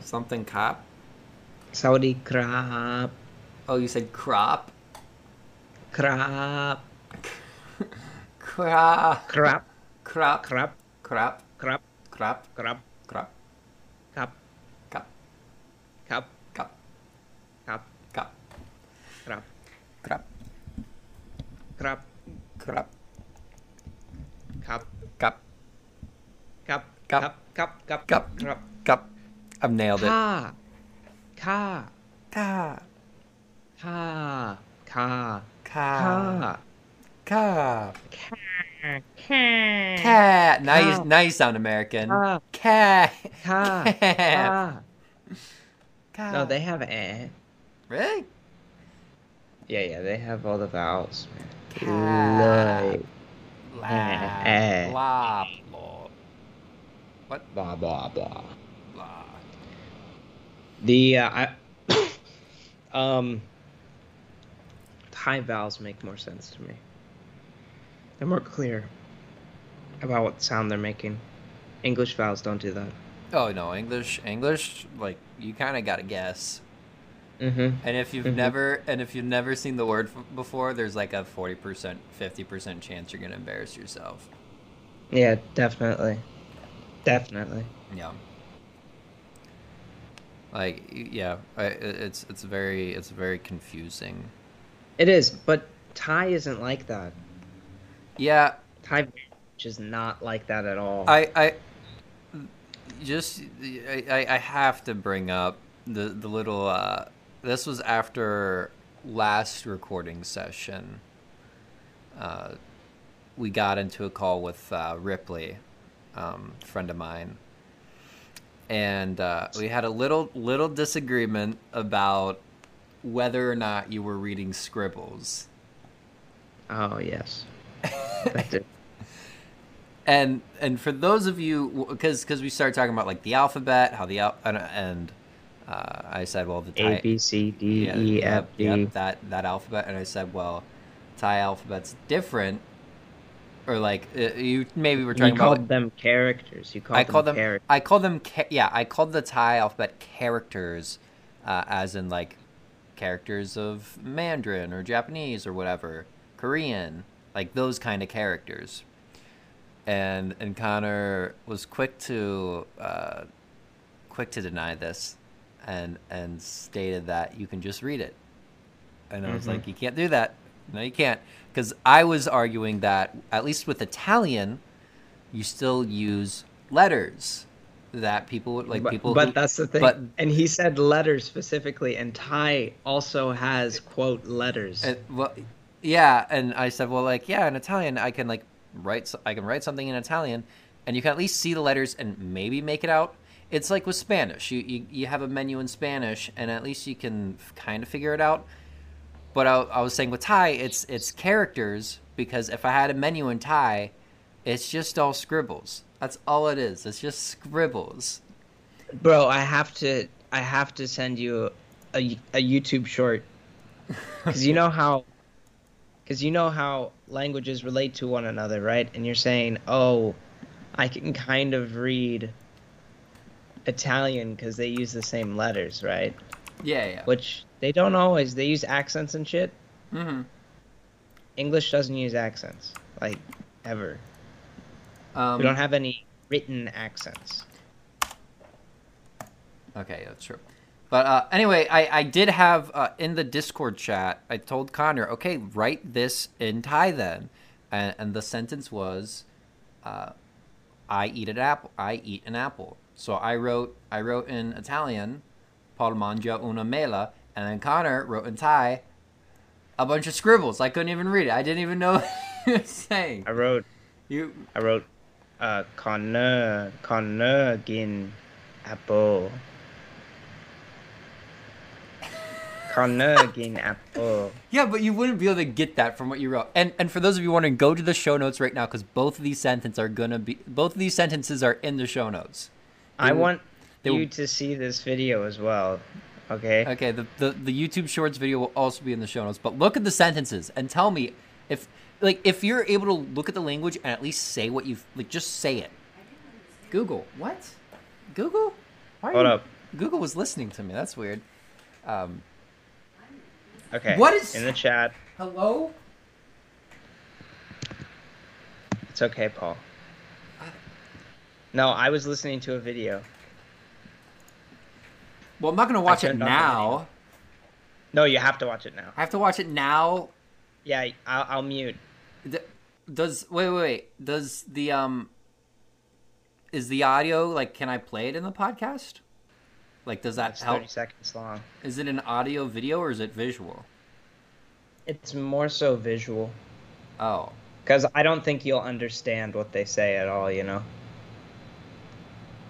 something cop? Saudi crap. Oh, you said crop? Crap. Crop. Crap. Crop. Crap. Crop. Crap. Crop. Crap. Crop. Cup. Cop. Cup. Cop. Cup. Cop. Crap. Crop. Crap. Crop. Cup. Cop. Cup. Cup. Cup. Cup. Cup. Cup. Crap. Cop. I've nailed it. Ka. Ka. Ka. Ka. Ka. Ka. Ka. Ka. Ka. Cat. Now Cow. you now you sound American. Cow. Cat. Ka. Cat. Ka. No, they have eh. really. Yeah, yeah, they have all the vowels. Cat. Like, Eh. Lab. Lop. Lop. What? Blah blah blah. Blah. The uh, I, um, Thai vowels make more sense to me. They're more clear about what sound they're making. English vowels don't do that. Oh no, English. English. Like you kind of got to guess. Mm-hmm. And if you've Mhm. never and if you've never seen the word f- before, there's like a forty percent, fifty percent chance you're gonna embarrass yourself. Yeah, definitely, definitely. Yeah. Like y- yeah, I, i- it's it's very it's very confusing. It is, but Thai isn't like that. Yeah, Thai language is not like that at all. I I just I, I- I have to bring up the the little uh, this was after last recording session. Uh, we got into a call with uh, Ripley, um, friend of mine, and uh, we had a little little disagreement about whether or not you were reading scribbles. oh yes, That's it. and and for those of you because because we started talking about like the alphabet how the al- and, and uh, i said well the A B C D E F yep, yep, D. that that alphabet and i said well thai alphabet's different or like uh, you maybe we're talking You about called them characters. You called I call them them. characters. I call them. Ca- yeah, I called the Thai alphabet characters, uh, as in like characters of Mandarin or Japanese or whatever, Korean, like those kind of characters. And and Connor was quick to uh, quick to deny this, and and stated that you can just read it. And I was Mhm. like, you can't do that. No, you can't, because I was arguing that at least with Italian you still use letters that people would like but, people e- but who- that's the thing but- and he said letters specifically and thai also has quote letters and, uh, well, yeah and i said well like yeah in italian i can like write so- i can write something in italian and you can at least see the letters and maybe make it out it's like with spanish you you, you have a menu in spanish and at least you can kind of figure it out but I, I was saying with thai it's it's characters because if i had a menu in thai it's just all scribbles that's all it is it's just scribbles bro i have to i have to send you a, a youtube short because you know how because you know how languages relate to one another right and you're saying oh i can kind of read italian because they use the same letters right yeah yeah which they don't always they use accents and shit mm-hmm. english doesn't use accents like ever um, we don't have any written accents. Okay, that's true. But uh, anyway, I, I did have uh, in the Discord chat, I told Connor, okay, write this in Thai then. And, and the sentence was, uh, I eat an apple. I eat an apple. So I wrote, I wrote in Italian, Paul mangia una mela. And then Connor wrote in Thai a bunch of scribbles. I couldn't even read it. I didn't even know what he was saying. I wrote, You, I wrote, uh, Connor, Connor gin apple. Connor gin apple. Yeah, but you wouldn't be able to get that from what you wrote. And and for those of you wondering, go to the show notes right now because both of these sentences are gonna be both of these sentences are in the show notes. I want they you will- Uh, to see this video as well. Okay. Okay, the, the the YouTube Shorts video will also be in the show notes. But look at the sentences and tell me if like if you're able to look at the language and at least say what you've like just say it. Google what? Google? Why are Hold you- up. Google was listening to me. That's weird. Um, Okay. What is- in the chat? Hello. It's okay, Paul. No, I was listening to a video. Well, I'm not gonna watch it turned off the now. video. No, you have to watch it now. I have to watch it now. Yeah, I'll, I'll mute. D- Does wait wait wait? Does the um? Is the audio like? Can I play it in the podcast? Like, does that It's help? thirty seconds long. Is it an audio video or is it visual? It's more so visual Oh, because I don't think you'll understand what they say at all. You know.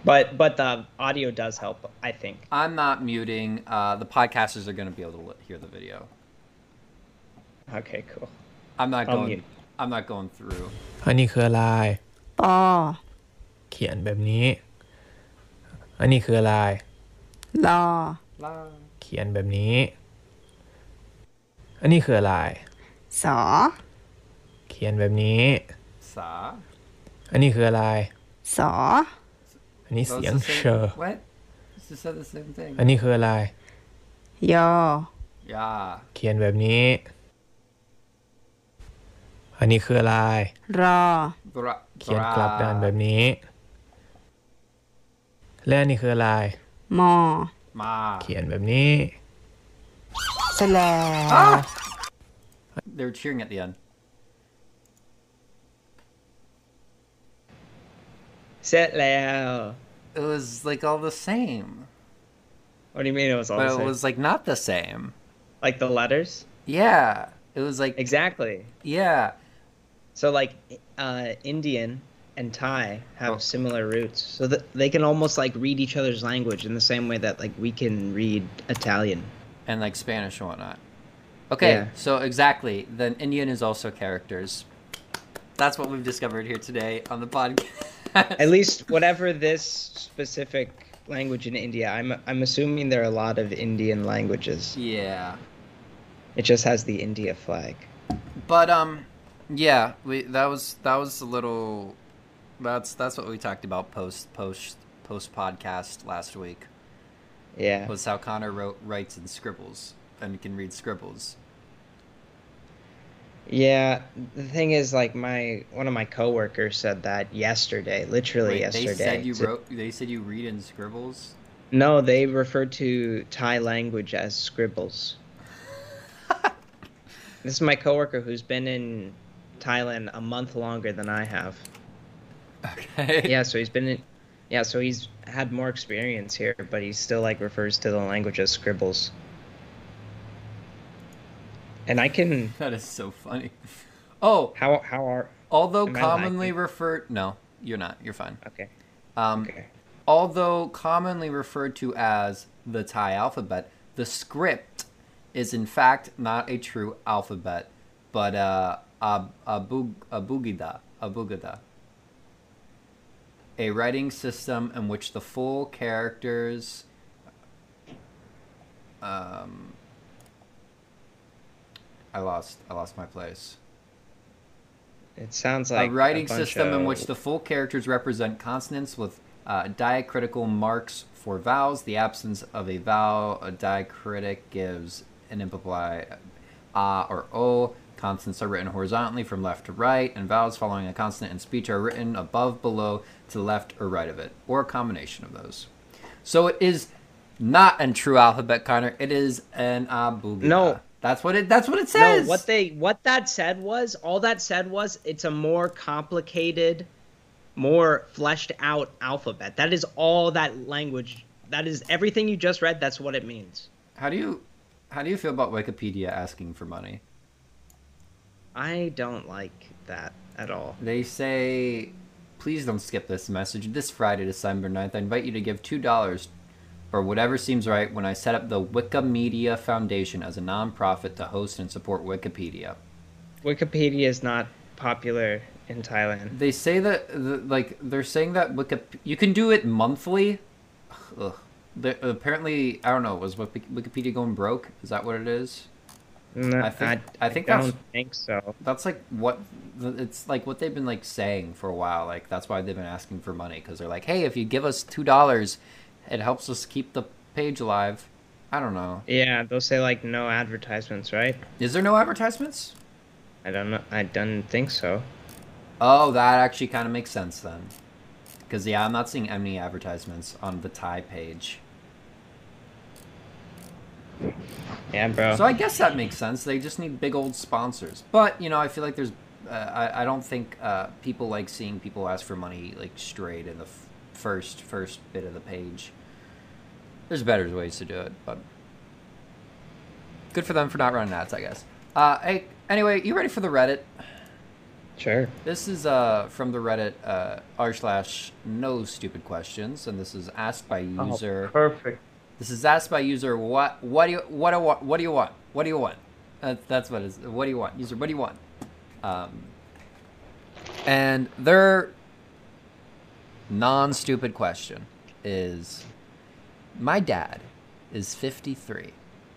But but the audio does help. I think. I'm not muting. Uh, the podcasters are gonna be able to li- hear the video. Okay, cool. I'm not I'll going. mute. I'm not going through. อันนี้คืออะไร ปอ เขียนแบบนี้ อันนี้คืออะไร ลอ เขียนแบบนี้ อันนี้คืออะไร สอ เขียนแบบนี้ Sa. อันนี้คืออะไร สอ อันนี้ Those เสียง the same- เชอร์ What? It's just said the same thing. อันนี้คืออะไร ยอ Yeah. เขียนแบบนี้ อันนี้คืออะไร รอ Bra- เขียนกลับด้านแบบนี้ และอันนี้คืออะไร มอ Ma. เขียนแบบนี้ สแล They were cheering at the end. Sit loud. It was like all the same, What do you mean it was all but the it same? was like not the same. like the letters? Yeah. It was like Exactly. yeah. So like uh, Indian and Thai have Oh. similar roots, so that they can almost like read each other's language in the same way that like we can read Italian. and like Spanish and whatnot. Okay, Yeah. so exactly. Then Indian is also characters. That's what we've discovered here today on the podcast. At least whatever this specific language in India, I'm I'm assuming there are a lot of Indian languages. yeah. It just has the India flag. But um yeah, we that was that was a little that's that's what we talked about post post post podcast last week. Yeah. Was how Connor wrote writes and scribbles and can read scribbles. Yeah, the thing is like my one of my coworkers said that yesterday, literally Wait, yesterday. they said you to- wrote they said you read in scribbles? No, they refer to Thai language as scribbles. this is my coworker who's been in Thailand a month longer than I have. Okay. Yeah, so he's been in Yeah, so he's had more experience here, but he still like refers to the language as scribbles. And I can That is so funny. Oh, how how are Although Am I commonly lagging? referred, no, you're not. You're fine. okay. Um, Okay. Although commonly referred to as the Thai alphabet, the script is in fact not a true alphabet, but uh, a a bug a bugida a bugida. A writing system in which the full characters. Um, I lost. I lost my place. It sounds like a writing bunch system in which of- the full characters represent consonants with uh, diacritical marks for vowels. The absence of a vowel, a diacritic gives an imply ah or o. Consonants are written horizontally from left to right, and vowels following a consonant in speech are written above, below, to the left or right of it, or a combination of those. So it is not a true alphabet, Connor. It is an abugida. No. that's what it. That's what it says. No, what they what that said was all that said was it's a more complicated, more fleshed out alphabet. That is all that language. That is everything you just read. That's what it means. How do you how do you feel about Wikipedia asking for money? I don't like that at all. They say, please don't skip this message. This Friday, December 9th, I invite you to give $2 or whatever seems right when I set up the Wikimedia Foundation as a nonprofit to host and support Wikipedia. Wikipedia is not popular in Thailand. They say that, th- like, they're saying that Wiki you can do it monthly. Ugh. The- apparently, I don't know, was Wiki- Wikipedia going broke? Is that what it is? No, I think- I think Mm, I that's- don't think so. That's like what th- it's like what they've been like saying for a while. Like that's why they've been asking for money because they're like, hey, if you give us two dollars, It helps us keep the page alive. I don't know. Yeah, they'll say like no advertisements, right? Is there no advertisements? I don't know. I don't think so. Oh, that actually kind of makes sense then. Because, yeah, I'm not seeing any advertisements on the tie page. Yeah, bro. So I guess that makes sense. They just need big old sponsors. But, you know, I feel like there's. Uh, I, I don't think uh, people like seeing people ask for money, like, straight in the f- first first bit of the page. There's better ways to do it, but. Good for them for not running ads, I guess. Uh, hey, anyway, you ready for the Reddit? sure. This is uh, from the Reddit uh, r slash no stupid questions, and this is asked by user. perfect. This is asked by user. What what do you what do you want? What do you want? What do you want? That, that's what it is. What do you want, user? What do you want? Um, and their non stupid question is: My dad is fifty three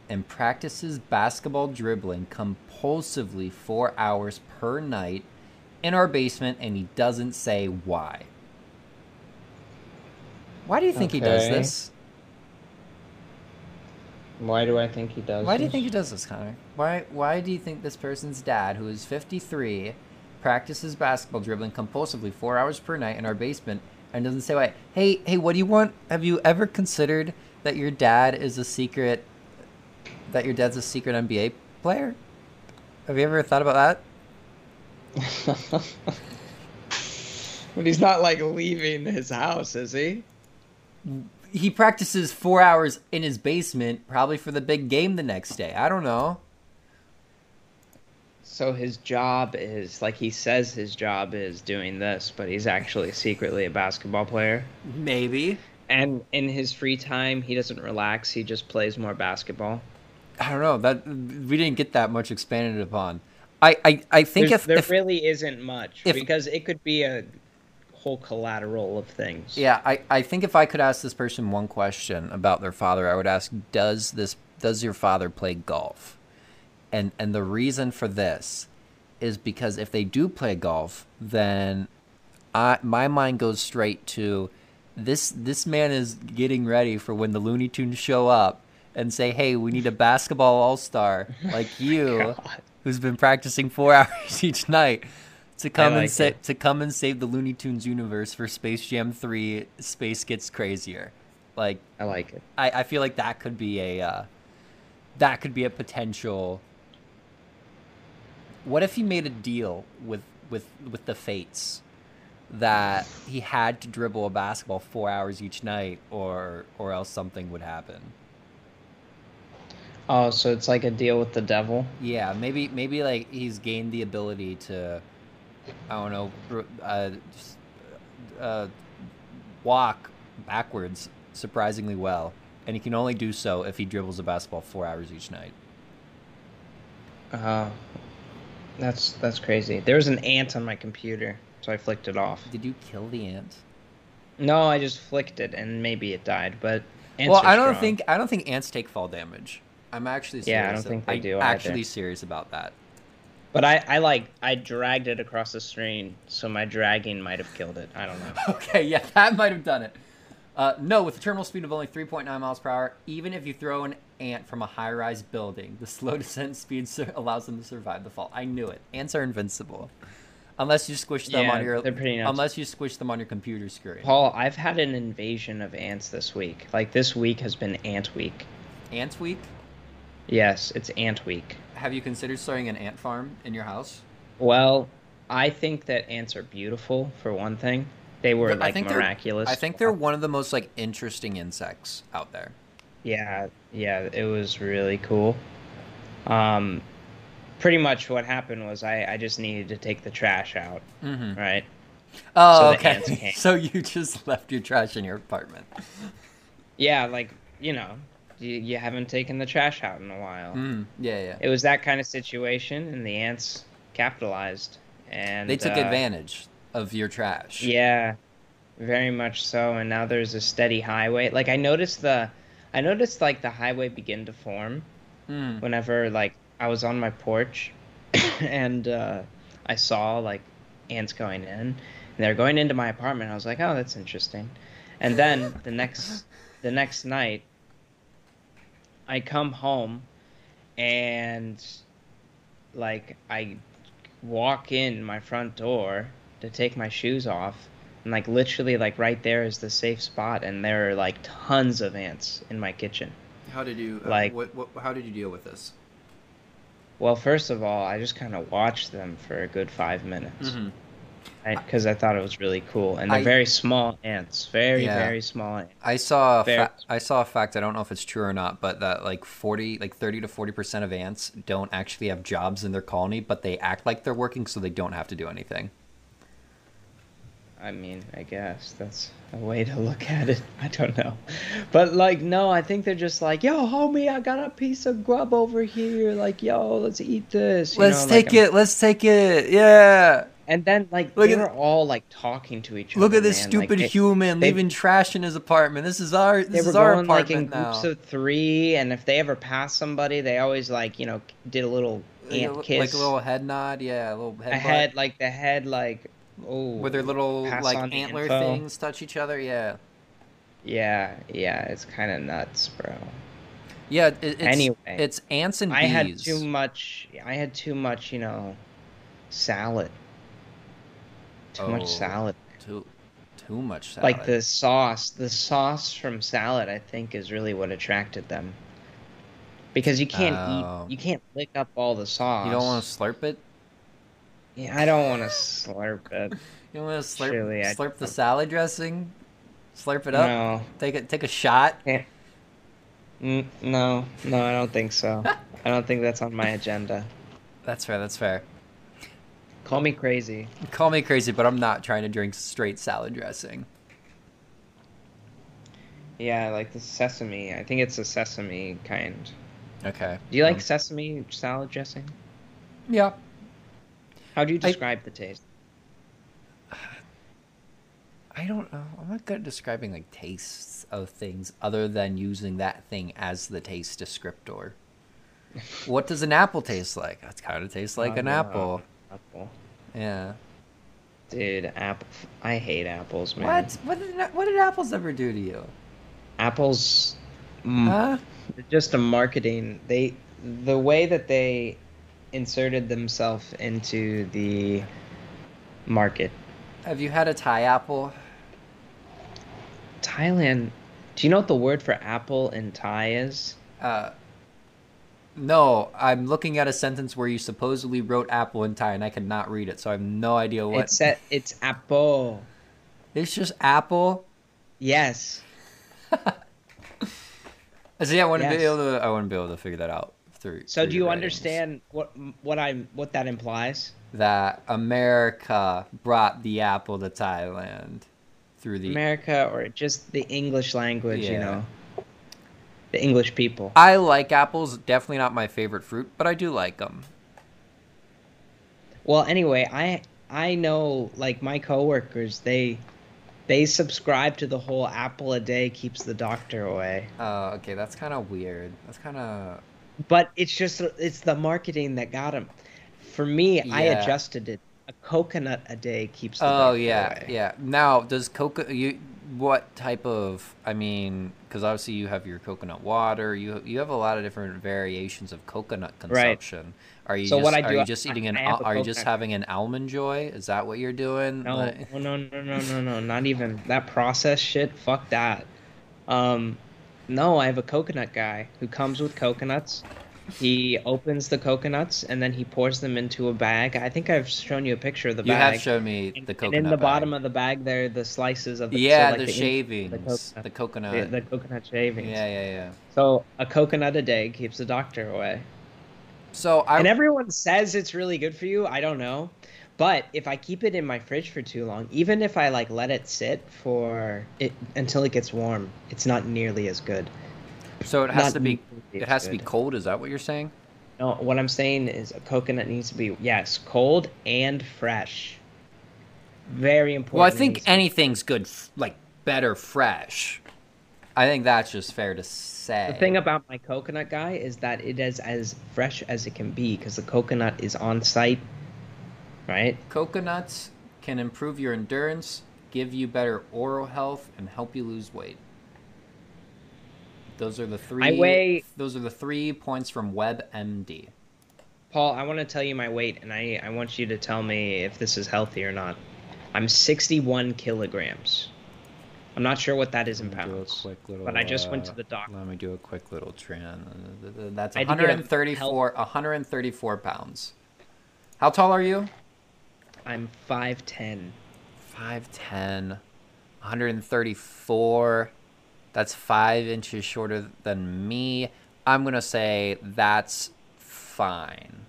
and practices basketball dribbling compulsively four hours per night in our basement, and he doesn't say why. Why do you think he does Okay. this? Why do I think he does? Why do you this? think he does this, Connor? Why why do you think this person's dad, who is 53, practices basketball dribbling compulsively four hours per night in our basement and doesn't say why? Hey, hey, what do you want? Have you ever considered that your dad is a secret? That your dad's a secret NBA player? Have you ever thought about that? but he's not like leaving his house, is he? He practices four hours in his basement, probably for the big game the next day. I don't know. So his job is like he says his job is doing this, but he's actually secretly a basketball player. Maybe. And in his free time, he doesn't relax. He just plays more basketball. I don't know. That we didn't get that much expanded upon. I I, I think There's- if, there if really isn't much if- because it could be a whole collateral of things. Yeah, I, I think if I could ask this person one question about their father, I would ask, does this does your father play golf? And and the reason for this is because if they do play golf, then I my mind goes straight to this this man is getting ready for when the Looney Tunes show up and say, Hey, we need a basketball all star like you Oh God. who's been practicing four hours each night to come like and sa- it. to come and save the Looney Tunes universe for Space Jam Three. Space gets crazier. Like I like it. I, I feel like that could be a uh, that could be a potential. What if he made a deal with with with the fates that he had to dribble a basketball four hours each night, or or else something would happen. Oh, so it's like a deal with the devil. Yeah, maybe maybe like he's gained the ability to, I don't know, br- uh, s- uh, walk backwards surprisingly well, and he can only do so if he dribbles a basketball four hours each night. Oh, that's that's crazy. There was an ant on my computer, so I flicked it off. Did you kill the ant? No, I just flicked it, and maybe it died. But ants well, are I don't strong. think I don't think ants take fall damage. I'm actually serious. Yeah, I don't think they I'm do either. Actually, serious about that. But I, I like I dragged it across the screen, so my dragging might have killed it. I don't know. Okay, yeah, that might have done it. Uh, no, with a terminal speed of only 3.9 miles per hour, even if you throw an ant from a high rise building, the slow descent speed sur- allows them to survive the fall. I knew it. Ants are invincible. Unless you squish them Yeah, on your they're pretty nuts. unless you squish them on your computer screen. Paul, I've had an invasion of ants this week. Like this week has been ant week. Ants week? Yes, it's ant week. Have you considered starting an ant farm in your house? Well, I think that ants are beautiful for one thing. They were I like think they're- miraculous. I think they're one of the most like interesting insects out there. Yeah, yeah, it was really cool. Um, pretty much what happened was I I just needed to take the trash out, Mm-hmm. right? Oh, So the ants okay. came. So you just left your trash in your apartment. Yeah, like you know, you, you haven't taken the trash out in a while. Mm, yeah, yeah. It was that kind of situation, and the ants capitalized, and They took uh, advantage of your trash. Yeah, very much so. And now there's a steady highway. Like I noticed the, I noticed like the highway begin to form Mm. whenever like I was on my porch, and uh, I saw like ants going in, and they're going into my apartment. I was like, oh, that's interesting. And then the next the next night, I come home and like I walk in my front door to take my shoes off and like literally like right there is the safe spot and there are like tons of ants in my kitchen. How did you uh, Like- what, what how did you deal with this? Well, first of all, I just kind of watched them for a good 5 minutes. Mhm. because I thought it was really cool. And they're I- very small ants, very Yeah. very small ants. I saw a Fair. fa- I saw a fact I don't know if it's true or not, but that like 40 like 30 to 40% of ants don't actually have jobs in their colony, but they act like they're working so they don't have to do anything. I mean, I guess that's a way to look at it. I don't know, but like, no, I think they're just like, yo, homie, I got a piece of grub over here. Like, yo, let's eat this. you know, like, I'm- Let's take it. Yeah. And then like Look they at were all like talking to each other. man. Like, they- human they- leaving trash in his apartment. This is our They were going like in groups of three, and if they ever passed somebody, they always like you know did a little ant like, kiss. a little head nod, yeah, a little head, a head like the head like oh where their little pass like on the antler info. things touch each other. Yeah, yeah yeah it's kind of nuts, bro. yeah. It, it's, Anyway. it's ants and bees. I had too much. I had too much, you know, salad. Too Oh, much salad. too, too much salad. Like the sauce, the sauce from salad, I think, is really what attracted them. Because you can't Oh. eat, you can't lick up all the sauce. You don't want to slurp it. Yeah, I don't want to slurp it. You don't want to slurp Surely I- slurp the salad dressing. Slurp it up. no, Take a take a shot. Eh, N- no, no, I don't think so. I don't think that's on my agenda. That's fair. That's fair. Call me crazy. Call me crazy, but I'm not trying to drink straight salad dressing. Yeah, like the sesame. I think it's a sesame kind. Okay. Do you like Um, sesame salad dressing? yeah. How do you I- describe the taste? I don't know. I'm not good at describing like tastes of things other than using that thing as the taste descriptor. What does an apple taste like? That's kind of tastes like I an don't know. apple. Apple. Yeah. Dude, apple. I hate apples, man. What? What did what did apples ever do to you? Apples. Mm, Huh? they're just a marketing. They the way that they inserted themselves into the market. Have you had a Thai apple? Thailand. Do you know what the word for apple in Thai is? Uh, no, I'm looking at a sentence where you supposedly wrote apple in Thai, and I could not read it, so I have no idea what. It's a, it's apple. it's just apple. Yes. See, I wouldn't be Yes. able to. I wouldn't be able to figure that out through. So through do your you writings. understand what what I what that implies? that America brought the apple to Thailand through the America or just the English language, you Yeah. know. The English people. I like apples, definitely not my favorite fruit, but I do like them. Well, anyway, I I know like my coworkers, they they subscribe to the whole apple a day keeps the doctor away. Uh, okay, that's kind of weird. That's kind of But it's just it's the marketing that got them. For me, I Yeah. adjusted it. A coconut a day keeps the Oh doctor yeah, away. yeah. Now, does coca you what type of I mean, cuz obviously you have your coconut water, you you have a lot of different variations of coconut Right. consumption. Are you So just, what I are do, you just I- eating an I have al- a are you just coconut. having an almond joy? Is that what you're doing? No, Like- oh, no, no, no, no, no, not even that process shit. Fuck that. Um, no, I have a coconut guy who comes with coconuts. He opens the coconuts and then he pours them into a bag. I think I've shown you a picture of the you bag. have shown me And- the and coconut in the bag. bottom of the bag, there are the slices of the so, yeah, like, the, in- shavings, coconut- the coconut. the, the coconut shavings. yeah, yeah, yeah. So a coconut a day keeps the doctor away. So I And everyone says it's really good for you. I don't know. But if I keep it in my fridge for too long, even if I like let it sit for it until it gets warm, it's not nearly as good. so it has Not to be nearly it as has to be good. cold. Is that what you're saying? No, what I'm saying is a coconut needs to be yes, cold and fresh. Very important. Well, I think needs to be- anything's good, f- like better fresh. I think that's just fair to say. the thing about my coconut guy is that it is as fresh as it can be because the coconut is on site, right? coconuts can improve your endurance, give you better oral health, and help you lose weight. Those are the three. weigh- Those are the three points from WebMD. Paul, I want to tell you my weight, and I, I want you to tell me if this is healthy or not. I'm 61 kilograms. I'm not sure what that is in Let me do a pounds. quick little, but I just went uh, to the doctor. Let me do a quick little tran. That's I had to get a 134. 134 pounds. How tall are you? I'm 5'10. 5'10, 134. That's five inches shorter than me. I'm going to say that's fine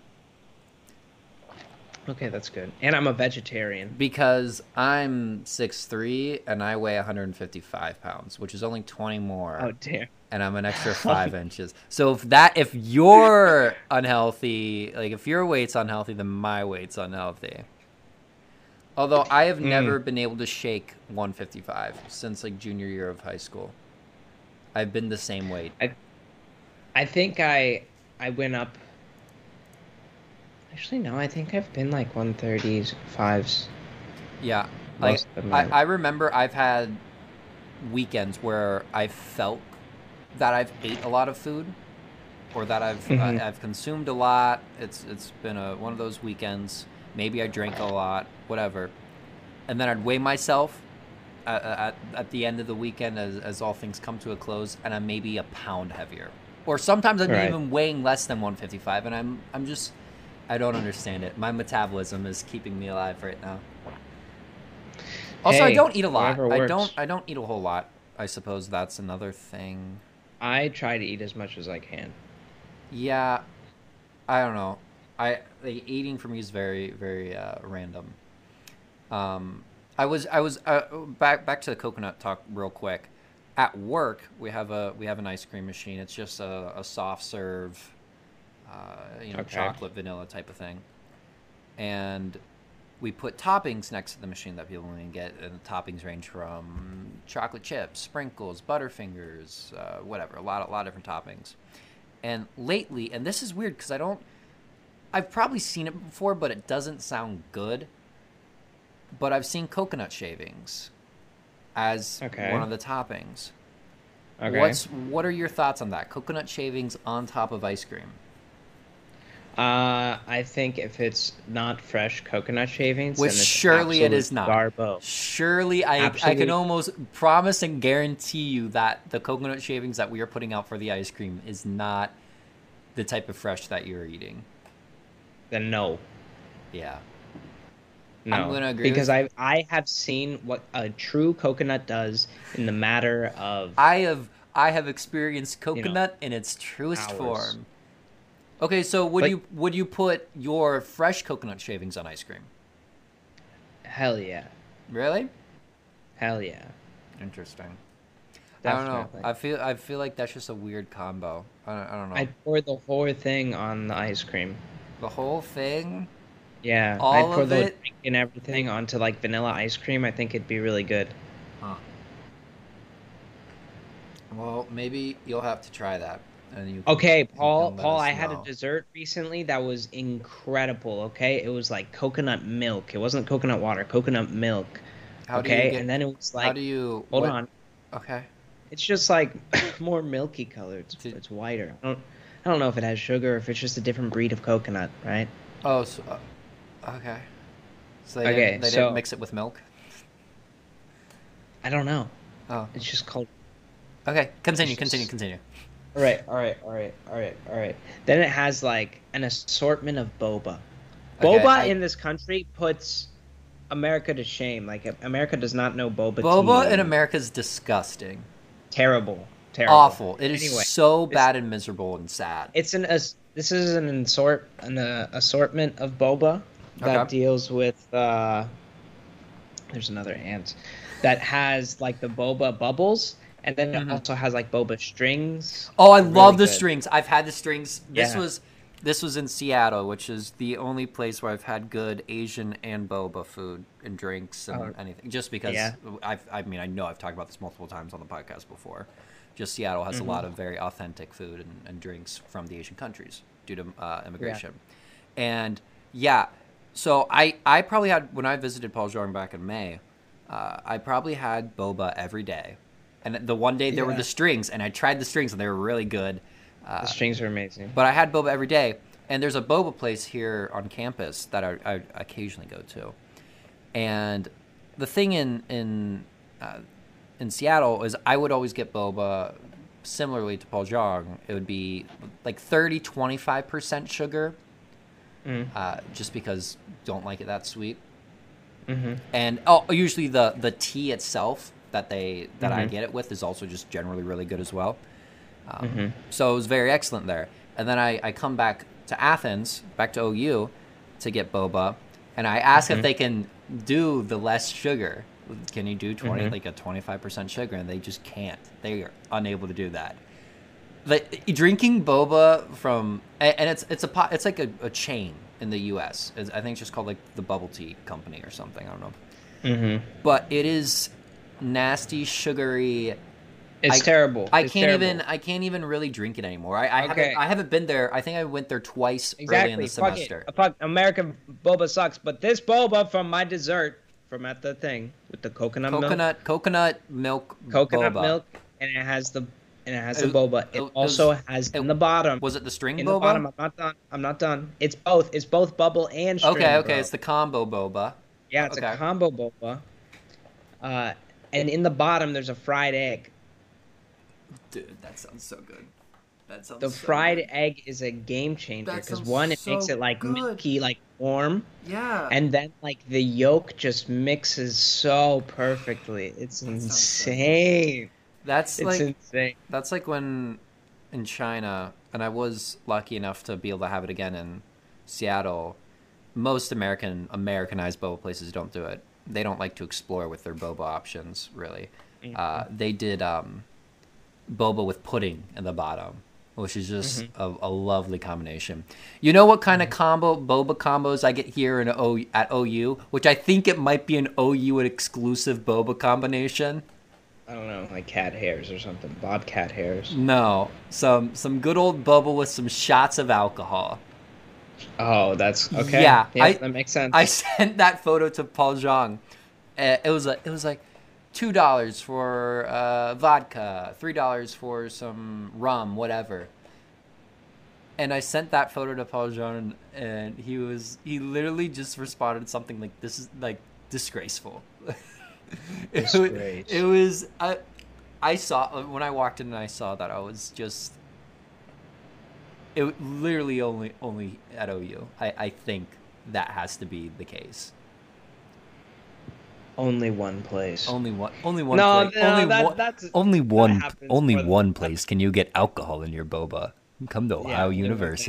Okay, that's good. And I'm a vegetarian. because I'm 6'3 and I weigh 155 pounds, which is only 20 more. Oh, damn. and I'm an extra five inches. So if that, if you're unhealthy, like if your weight's unhealthy, then my weight's unhealthy. Although I have never been able to shake 155 since like junior year of high school. I've been the same weight. I think I I went up. Actually, no, I think I've been like 130s, 5s. Yeah. Like Most of them I, are- I remember I've had weekends where I felt that I've ate a lot of food or that I've Mhm. I, I've consumed a lot. It's it's been a, one of those weekends. Maybe I drank a lot, whatever. And then I'd weigh myself at, at, at the end of the weekend as, as all things come to a close and I'm maybe a pound heavier. Or sometimes I'm Right. even weighing less than 155 and I'm I'm just I don't understand it. My metabolism is keeping me alive right now. Also, I Hey, don't eat a lot. whatever I works. don't. I don't eat a whole lot. I suppose that's another thing. I try to eat as much as I can. Yeah, I don't know. I like, eating for me is very, very uh, random. Um, I was, I was uh, back back to the coconut talk real quick. At work, we have a we have an ice cream machine. It's just a, a soft serve, uh, you know, Okay. chocolate vanilla type of thing, and we put toppings next to the machine that people can get, and the toppings range from chocolate chips, sprinkles, Butterfingers, uh, whatever. A lot, a lot of different toppings. And lately, and this is weird because I don't, I've probably seen it before, but it doesn't sound good. But I've seen coconut shavings as Okay. one of the toppings. Okay. What's what are your thoughts on that? Coconut shavings on top of ice cream. Uh, I think if it's not fresh coconut shavings, Which then it's surely it absolute is not. Garbo. Surely, I, I can Absolute- almost promise and guarantee you that the coconut shavings that we are putting out for the ice cream is not the type of fresh that you're eating. Then no, Yeah. no. gonna agree because with- I I have seen what a true coconut does in the matter of I have I have experienced know, coconut in its truest hours. form. Okay, so would But- you would you put your fresh coconut shavings on ice cream? hell yeah, Really? hell yeah. Interesting. I don't Definitely. know. I feel I feel like that's just a weird combo. I don't, I don't know. I'd pour the whole thing on the ice cream. the whole thing. Yeah, All I'd pour of the it? drink and everything onto like vanilla ice cream. I think it'd be really good. Well, maybe you'll have to try that. And you. can- Okay, you Paul. can let Paul, us I had know. a dessert recently that was incredible. Okay, it was like coconut milk. It wasn't coconut water. Coconut milk. How do you okay, get- and then it was How like, do you? hold what- on, Okay. it's just like more milky colored. It's, Did- it's whiter. I don't, I don't know if it has sugar or if it's just a different breed of coconut, right? Oh, so, uh, okay. So they, Okay, didn't, they so- didn't mix it with milk. I don't know. Oh, It's just called okay. Continue, It's just- continue, continue. All right, all right, all right, all right, all right. Then it has like an assortment of boba. Okay, Boba I- in this country puts America to shame. Like America does not know boba. Boba tea. in America is disgusting. terrible, terrible, Awful. It is Anyway, so it's- bad and miserable and sad. It's an as, this is an sort an uh, assortment of boba that Okay. deals with. Uh, there's another ant that has like the boba bubbles, and then Mhm. it also has like boba strings. oh, I Really love the good. strings. I've had the strings. This Yeah. was this was in Seattle, which is the only place where I've had good Asian and boba food and drinks and Oh. anything. Just because Yeah. I've, I mean, I know I've talked about this multiple times on the podcast before. Just Seattle has Mm-hmm. a lot of very authentic food and, and drinks from the Asian countries due to uh, immigration. And yeah, so I I probably had when I visited Paul Jordan back in May, uh, I probably had boba every day, And the one day there were Yeah. the strings, and I tried the strings, and they were really good. Uh, The strings are amazing. but I had boba every day, and there's a boba place here on campus that I, I occasionally go to, and the thing in in uh, in Seattle is I would always get boba. Similarly to Paul Jong, it would be like 30, 25 percent sugar, Mm. uh, just because don't like it that sweet hmm and oh, usually the the tea itself that they that I Mhm. get it with is also just generally really good as well. Um, Mhm. So it was very excellent there. And then I, I come back to Athens, back to OU, to get boba, and I ask if they can do the less sugar. Can you do 20 Mhm. like a twenty five percent sugar? And they just can't. They are unable to do that. Like drinking boba from a- and it's it's a pot, it's like a, a chain in the U.S. It's- I think it's just called like the Bubble Tea Company or something. I don't know hmm but it is nasty, sugary. It's I- terrible. I It's can't terrible. even I can't even really drink it anymore. I, I Okay. haven't I haven't been there. I think I went there twice early in Exactly. the Fuck semester. it. Uh, Fuck American boba sucks, but this boba from my dessert from at the thing with the coconut, milk, Coconut coconut milk coconut boba. milk, and it has the and it has It- the boba. It, it- it also was- has it- in the bottom. Was it the string in boba? the bottom. I'm not done. I'm not done. It's both. It's both bubble and string. okay, okay, bro. it's the combo boba. yeah, it's okay. a combo boba. Uh, and in the bottom there's a fried egg. Dude, that sounds so good. That sounds The fried egg is a game changer That because sounds one, it makes so it like good. Uh, milky, like warm, Yeah. and then like the yolk just mixes so perfectly. It's insane. that's It's like insane. That's like when in China, and I was lucky enough to be able to have it again in Seattle. Most American Americanized boba places don't do it. They don't like to explore with their boba options. Really, uh, they did um, boba with pudding in the bottom, which is just a, a lovely combination. You know what kind of combo boba combos I get here in o, at OU, which I think it might be an OU exclusive boba combination. I don't know, like cat hairs or something. Bobcat hairs. No, some some good old bubble with some shots of alcohol. Oh, that's okay. Yeah, I- that makes sense. I sent that photo to Paul Zhang. Uh, it was a, it was like two dollars for uh, vodka, three dollars for some rum, whatever. And I sent that photo to Paul Zhang, and he was he literally just responded something like, "This is like disgraceful." it, was, Disgrace. it was I, I saw uh, when I walked in and I saw that I was just it literally only only at OU. I, I think that has to be the case. Only one place. Only one only one No, place, no, only that- one, that's- only that one happens only more than- one place can you get alcohol in your boba. Come to Yeah, Ohio only one place In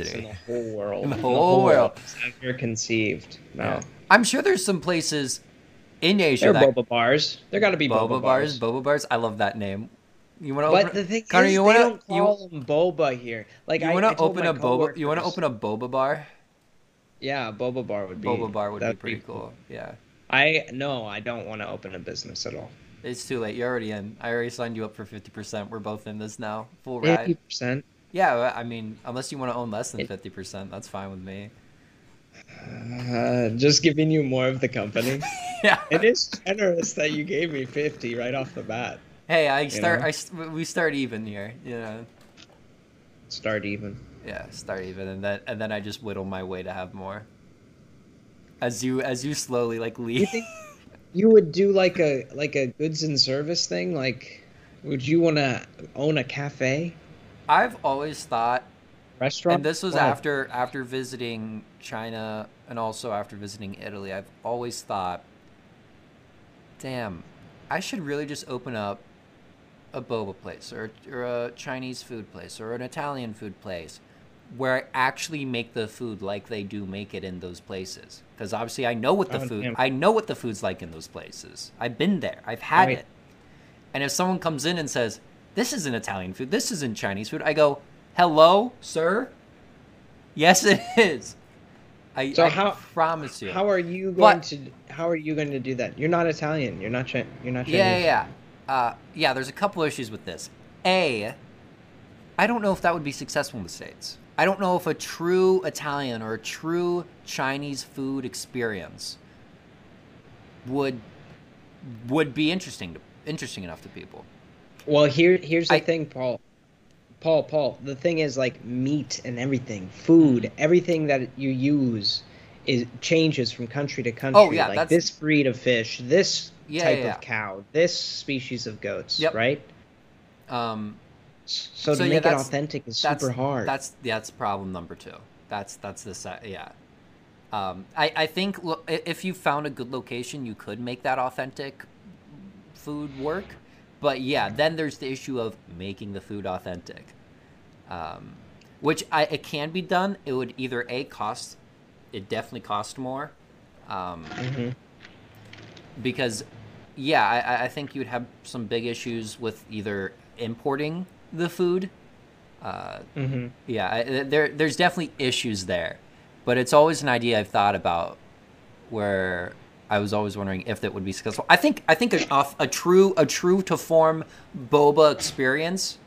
University. the whole world. In the whole world. It's ever conceived. No. Yeah. I'm sure there's some places in Asia They're that boba bars. There got to be boba, boba bars, boba bars. I love that name. You want to But open the thing Connor, is, you they wanna- don't you- call them boba here. Like you I want to I told open my a boba? You want to coworkers- open a boba bar? Yeah, boba bar would be. Boba bar would be that'd pretty cool. Yeah, I no, I don't want to open a business at all. it's too late. You're already in. I already signed you up for fifty percent. We're both in this now. Full ride. Fifty percent. Yeah, well, I mean, unless you want to own less than It- fifty percent, that's fine with me. Uh, just giving you more of the company. Yeah. it is generous that you gave me fifty right off the bat. Hey, I start. know? I st we start even here. You know. Start even. Yeah, start even, and then and then I just whittle my way to have more. As you as you slowly like You leave. think you would do like a like a goods and service thing? Like, would you want to own a cafe, I've always thought restaurant? And this was Wow. after after visiting China and also after visiting Italy. I've always thought, damn, I should really just open up a boba place or or a Chinese food place or an Italian food place where I actually make the food like they do make it in those places. Because obviously, I know what the Oh, food damn. I know what the food's like in those places. I've been there. I've had Right. it. And if someone comes in and says, "This isn't Italian food. This isn't Chinese food," I go, "Hello, sir." Yes, it is. I, So I how- promise you. How are you going But- to? How are you going to do that? You're not Italian. You're not. Chi- you're not Chinese. yeah, yeah, yeah. Uh, yeah, there's a couple issues with this. A, I don't know if that would be successful in the States. I don't know if a true Italian or a true Chinese food experience would would be interesting to, interesting enough to people. Well, here here's the I- thing, Paul. Paul, Paul. The thing is, like meat and everything, food, everything that you use, is changes from country to country. Oh, yeah, like that's- this breed of fish, this Yeah, type yeah, yeah. of cow, this species of goats. Yep. Right. Um, S- So, So, to yeah, make it that's- authentic is that's super hard. that's that's problem number two. That's that's the si- yeah. Um, I I think lo- i- if you found a good location, you could make that authentic food work. But yeah, then there's the issue of making the food authentic, um, which I it can be done. It would either a cost, it definitely cost more, um, Mhm. because yeah, I, I- I think you'd have some big issues with either importing the food. Uh, Mhm. yeah, I- th- there there's definitely issues there, but it's always an idea I've thought about, where I was always wondering if that would be successful. I think I think a, a true a true to form boba experience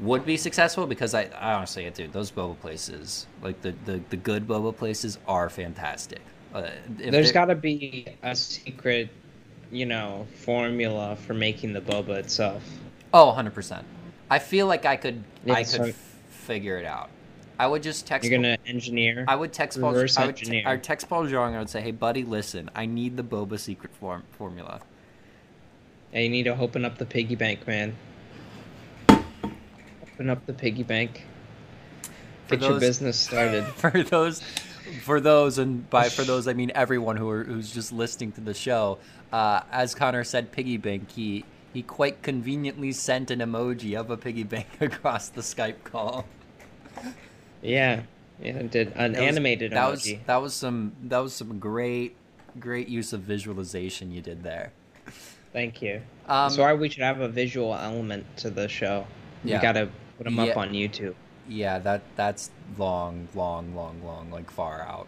would be successful because I, I honestly, dude, those boba places, like the the, the good boba places, are fantastic. Uh, if There's they're- got to be a secret, you know, formula for making the boba itself. Oh, 100 percent. I feel like I could Yeah, I could so- f- figure it out. I would just text. You're gonna engineer. I would text Paul. reverse I would, te- engineer. I would text Paul Jong. I would say, "Hey, buddy, listen. I need the boba secret form- formula." Hey, you need to open up the piggy bank, man. Open up the piggy bank. For Get your those- business started. for those, for those, and by for those I mean everyone who are, who's just listening to the show. Uh, as Connor said, piggy bank. He he quite conveniently sent an emoji of a piggy bank across the Skype call. yeah, yeah, I did an That was- animated that emoji. was that was some that was some great great use of visualization you did there. Thank you. Um, That's why we should have a visual element to the show. Yeah. We gotta put them Yeah. up on YouTube. Yeah, that that's long, long, long, long, like far out,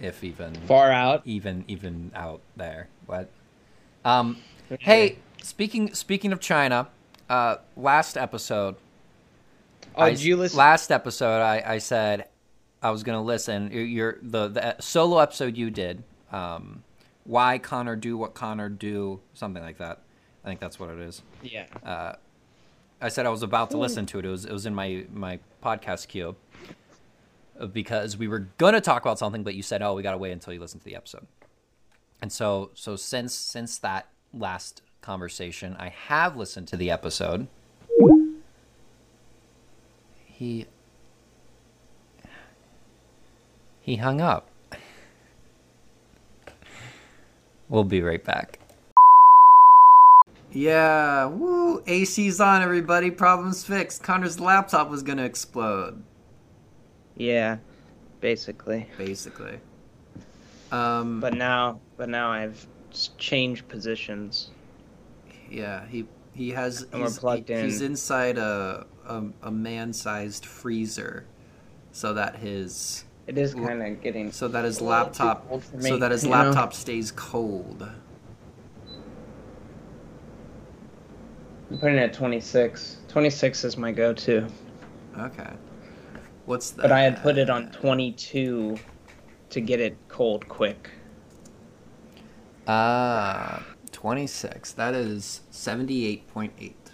if even Far out. even even out there. What? Um, hey, speaking speaking of China, uh, last episode, Oh, I- did you listen? Last episode, I, I said I was gonna listen. Your, your the the e, solo episode you did, um, why Connor do what Connor do, something like that. I think that's what it is. yeah. Uh. I said I was about to listen to it. It was it was in my my podcast queue uh, because we were gonna talk about something, but you said, "Oh, we gotta wait until you listen to the episode." And so so since since that last conversation, I have listened to the episode. He he hung up. We'll be right back. Yeah, woo! AC's on, everybody. Problems fixed. Connor's laptop was gonna explode, yeah, basically. basically. Um, But now, but now I've s- changed positions. yeah, he he has. And we're he's- plugged in. He's inside a a, a man-sized freezer, so that his It is kind of getting so that his A little too laptop cold for so me, that his you know? laptop stays cold. I'm putting it at 26. 26 is my go-to, Okay. What's that? but I had put it on 22 to get it cold quick. Ah, twenty-six. That is seventy-eight point eight.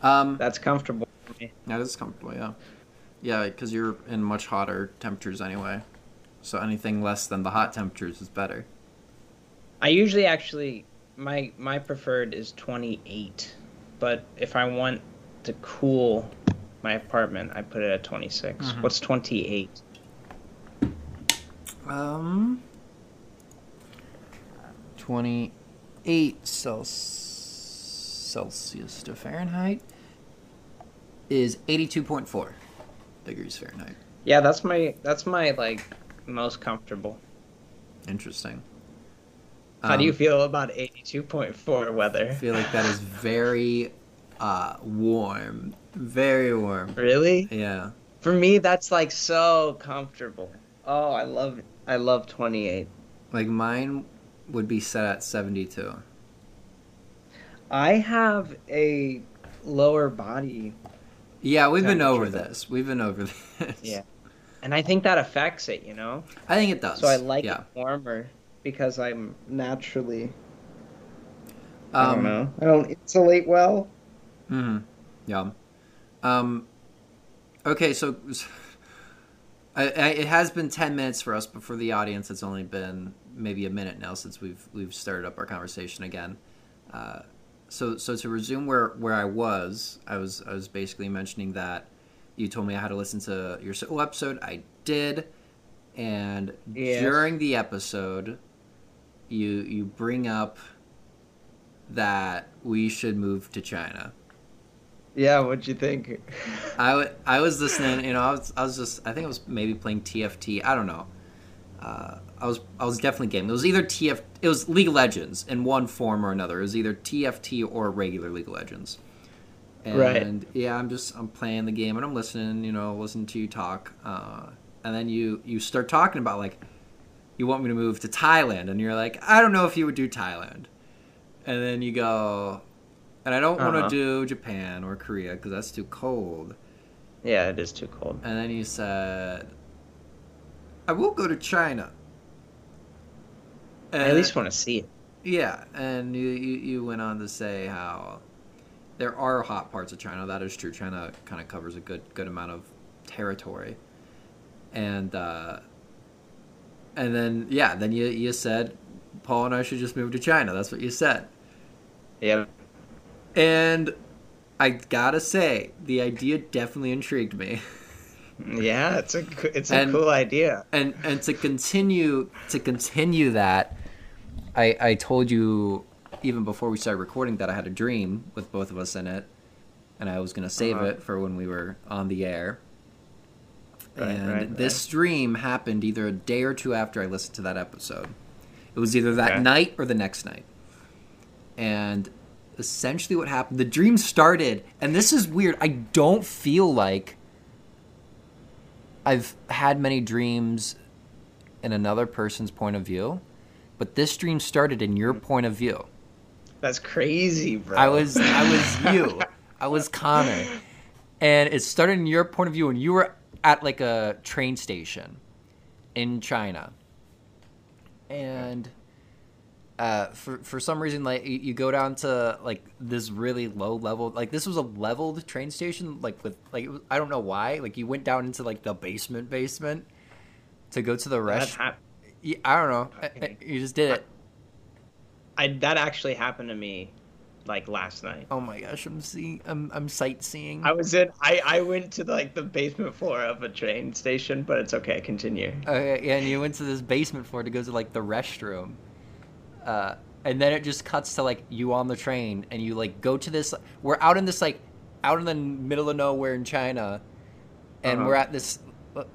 Um. That's comfortable for me. That is comfortable, yeah. Yeah, because you're in much hotter temperatures anyway. So anything less than the hot temperatures is better. I usually actually my my preferred is 28, but if I want to cool my apartment, I put it at 26. Mm-hmm. What's 28? Um. 28 Cels- Celsius to Fahrenheit is 82.4 degrees Fahrenheit. Yeah, that's my that's my like most comfortable. Interesting. How do you Um, feel about 82.4 weather? I feel like that is very uh, warm. Very warm. Really? Yeah. For me, that's like so comfortable. Oh, I love it. I love 28. Like mine would be set at 72. I have a lower body, Yeah, we've been over Temperature. this. We've been over this. Yeah. and I think that affects it, you know? I think it does. So I like yeah. it warmer because I'm naturally, I don't Um, know, I don't insulate well. Yeah. Mm-hmm. Um, okay, so I, I, it has been ten minutes for us, but for the audience, it's only been maybe a minute now since we've we've started up our conversation again. Uh, so so to resume where where I was, I was I was basically mentioning that you told me I had to listen to your solo episode. I did, and Yes. during the episode, you you bring up that we should move to China. Yeah, what'd you think? I, w- I was listening, you know, I was, I was just, I think I was maybe playing TFT. I don't know. Uh, I was I was definitely gaming. It was either TF, it was League of Legends in one form or another. It was either TFT or regular League of Legends. And Right. yeah, I'm just I'm playing the game and I'm listening, you know, listening to you talk, uh, and then you you start talking about like, you want me to move to Thailand, and you're like, I don't know if you would do Thailand, and then you go, and I don't Uh-huh. want to do Japan or Korea because that's too cold. yeah, it is too cold. And then you said, I will go to China. I at least want to see it. Yeah, and you, you, you went on to say how there are hot parts of China. That is true. China kind of covers a good good amount of territory, and uh, and then yeah, then you you said Paul and I should just move to China. That's what you said. Yeah. And I gotta say, the idea definitely intrigued me. Yeah, it's a co- it's a And- cool idea. and and to continue to continue that i i told you even before we started recording that i had a dream with both of us in it and i was going to save Uh-huh. it for when we were on the air Right, and right, this dream happened either a day or two after i listened to that episode it was either that Okay. night or the next night and essentially what happened the dream started and this is weird i don't feel like i've had many dreams in another person's point of view but this dream started in your point of view That's crazy, bro. i was i was you i was connor and it started in your point of view and you were at like a train station in china and uh, for for some reason, like you, you go down to like this really low level. Like this was a leveled train station. Like with like it was, I don't know why. Like you went down into like the basement basement to go to the that, restaurant. hap- I don't know. I- I- Okay. you just did it. I, that actually happened to me, like last night. Oh my gosh, I'm seeing. I'm I'm sightseeing. I was in. I I went to like the basement floor of a train station, but it's okay. Continue. Okay, yeah, and you went to this basement floor to go to like the restroom. Uh, and then it just cuts to like you on the train and you like go to this we're out in this like out in the middle of nowhere in China and Uh-huh. we're at this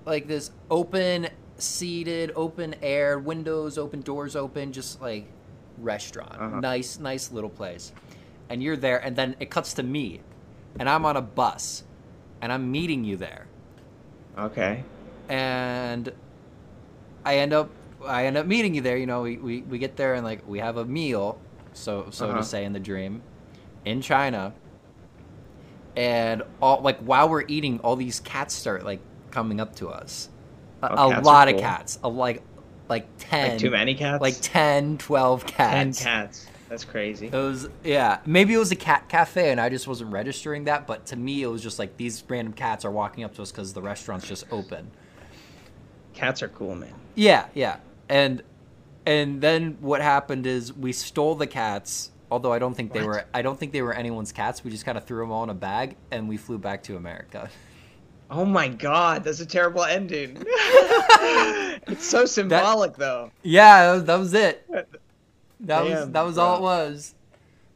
like this open seated open air windows open doors open just like restaurant Uh-huh. nice nice little place and you're there and then it cuts to me and I'm on a bus and I'm meeting you there Okay. and I end up I end up meeting you there. You know, we, we, we get there and like we have a meal, so so Uh-huh. to say in the dream, in China. And all like while we're eating, all these cats start like coming up to us. A, Oh, a cats are lot of cool. cats, a, like like ten, Like too many cats. like 10, 12 ten cats. Oh. cats. That's crazy. It was yeah. Maybe it was a cat cafe, and I just wasn't registering that. But to me, it was just like these random cats are walking up to us because the restaurant's just open. Cats are cool, man. Yeah, yeah. And and then what happened is we stole the cats, although I don't think they What? were I don't think they were anyone's cats. We just kind of threw them all in a bag and we flew back to America. Oh my god, that's a terrible ending. it's so symbolic though. yeah, that was, that was it. That was Damn, that was all it bro. was.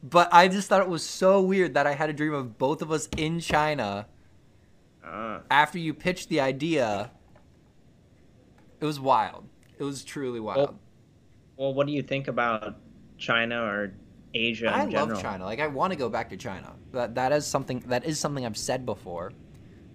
But I just thought it was so weird that I had a dream of both of us in China Uh, after you pitched the idea. It was wild. It was truly wild. Well, well, what do you think about China or Asia in I general? love China. Like I want to go back to China. That that is something that is something I've said before.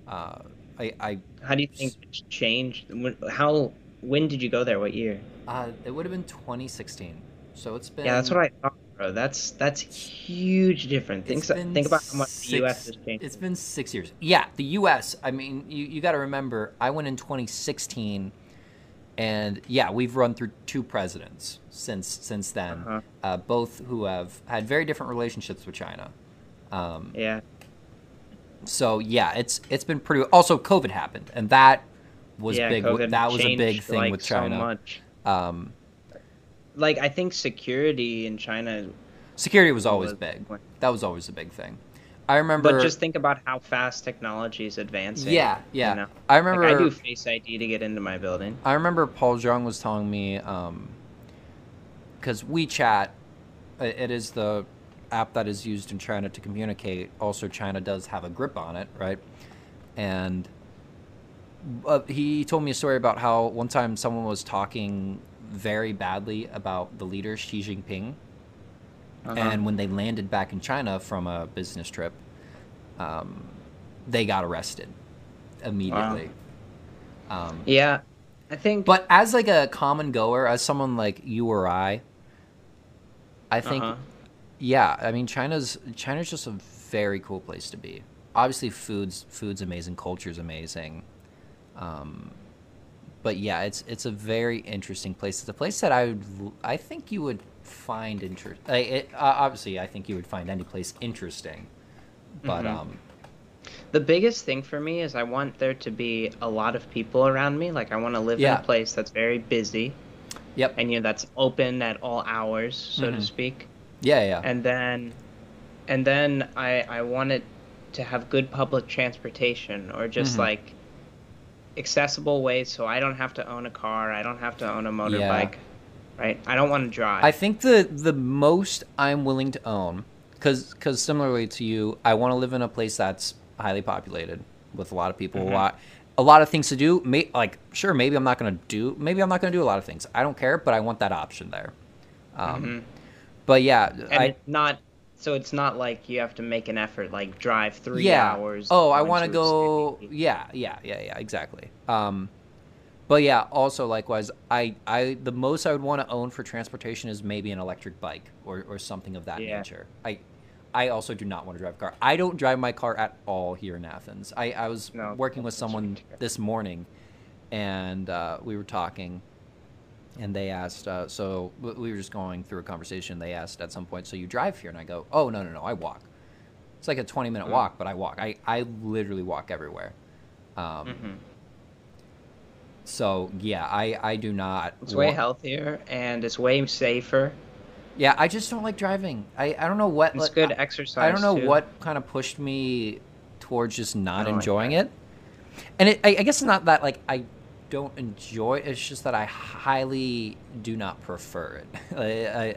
Uh, I, I How do you think it's changed? When, how? When did you go there? What year? uh, it would have been 2016, so it's been Yeah, that's what I thought, bro. That's that's huge different. Think it's so- been think about how much the six- U.S. has changed. It's been six years. Yeah, the U.S. I mean, you you got to remember, I went in 2016, and yeah, we've run through two presidents since since then, Uh-huh. uh, both who have had very different relationships with China. Um, Yeah. so yeah, it's it's been pretty. Also, COVID happened, and that was yeah, big. w- COVID that was a big changed, thing like, with so China. much. um, Like I think security in China security was always was- big. That was always a big thing. I remember. But just think about how fast technology is advancing. yeah, yeah. You know? I remember. Like, I do Face ID to get into my building. I remember Paul Zhang was telling me because WeChat, i- it is the app that is used in China to communicate. Also, China does have a grip on it, right? And uh, he told me a story about how one time someone was talking very badly about the leader Xi Jinping, Uh-huh. and when they landed back in China from a business trip, um, they got arrested immediately. Um, yeah, I think. but as like a common goer, as someone like you or I, I think Uh-huh. yeah, I mean China's China's just a very cool place to be. Obviously food's food's amazing, culture's amazing. Um but yeah, it's it's a very interesting place. It's a place that I would l- I think you would find interest. It, uh, obviously, I think you would find any place interesting. But Mhm. um The biggest thing for me is I want there to be a lot of people around me. Like I want to live Yeah. in a place that's very busy yep. and you know that's open at all hours, so Mhm. to speak. Yeah, yeah. And then, and then I I want it to have good public transportation or just Mhm. like accessible ways, so I don't have to own a car. I don't have to own a motorbike. Right? I don't want to drive. I think the the most I'm willing to own, because similarly to you, I want to live in a place that's highly populated with a lot of people, a lot a lot of things to do. May, like sure, maybe I'm not gonna do maybe I'm not gonna do a lot of things. I don't care, but I want that option there. Um, Mhm. But yeah, and I it's not so it's not like you have to make an effort like drive three yeah. hours Oh, I going want to a go. city. Yeah, yeah, yeah, yeah. Exactly. Um, but yeah, also likewise, I I the most I would want to own for transportation is maybe an electric bike or or something of that Yeah. nature. I. I also do not want to drive a car. I don't drive my car at all here in Athens. I, I was No, working with that's someone ridiculous. this morning, and uh, we were talking, and they asked. Uh, so we- we were just going through a conversation. They asked at some point, "So you drive here?" And I go, "Oh no, no, no, I walk." It's like a 20 minute Mm. walk, but I walk. I, I literally walk everywhere. Um, Mhm. So, yeah, I, I do not. It's way wa- healthier and it's way safer. Yeah, I just don't like driving. I, I don't know what. It's like, good I, exercise. I don't know too. what kind of pushed me towards just not don't like enjoying it. And it, I, I guess it's not that, like, I don't enjoy it. It's just that I highly do not prefer it.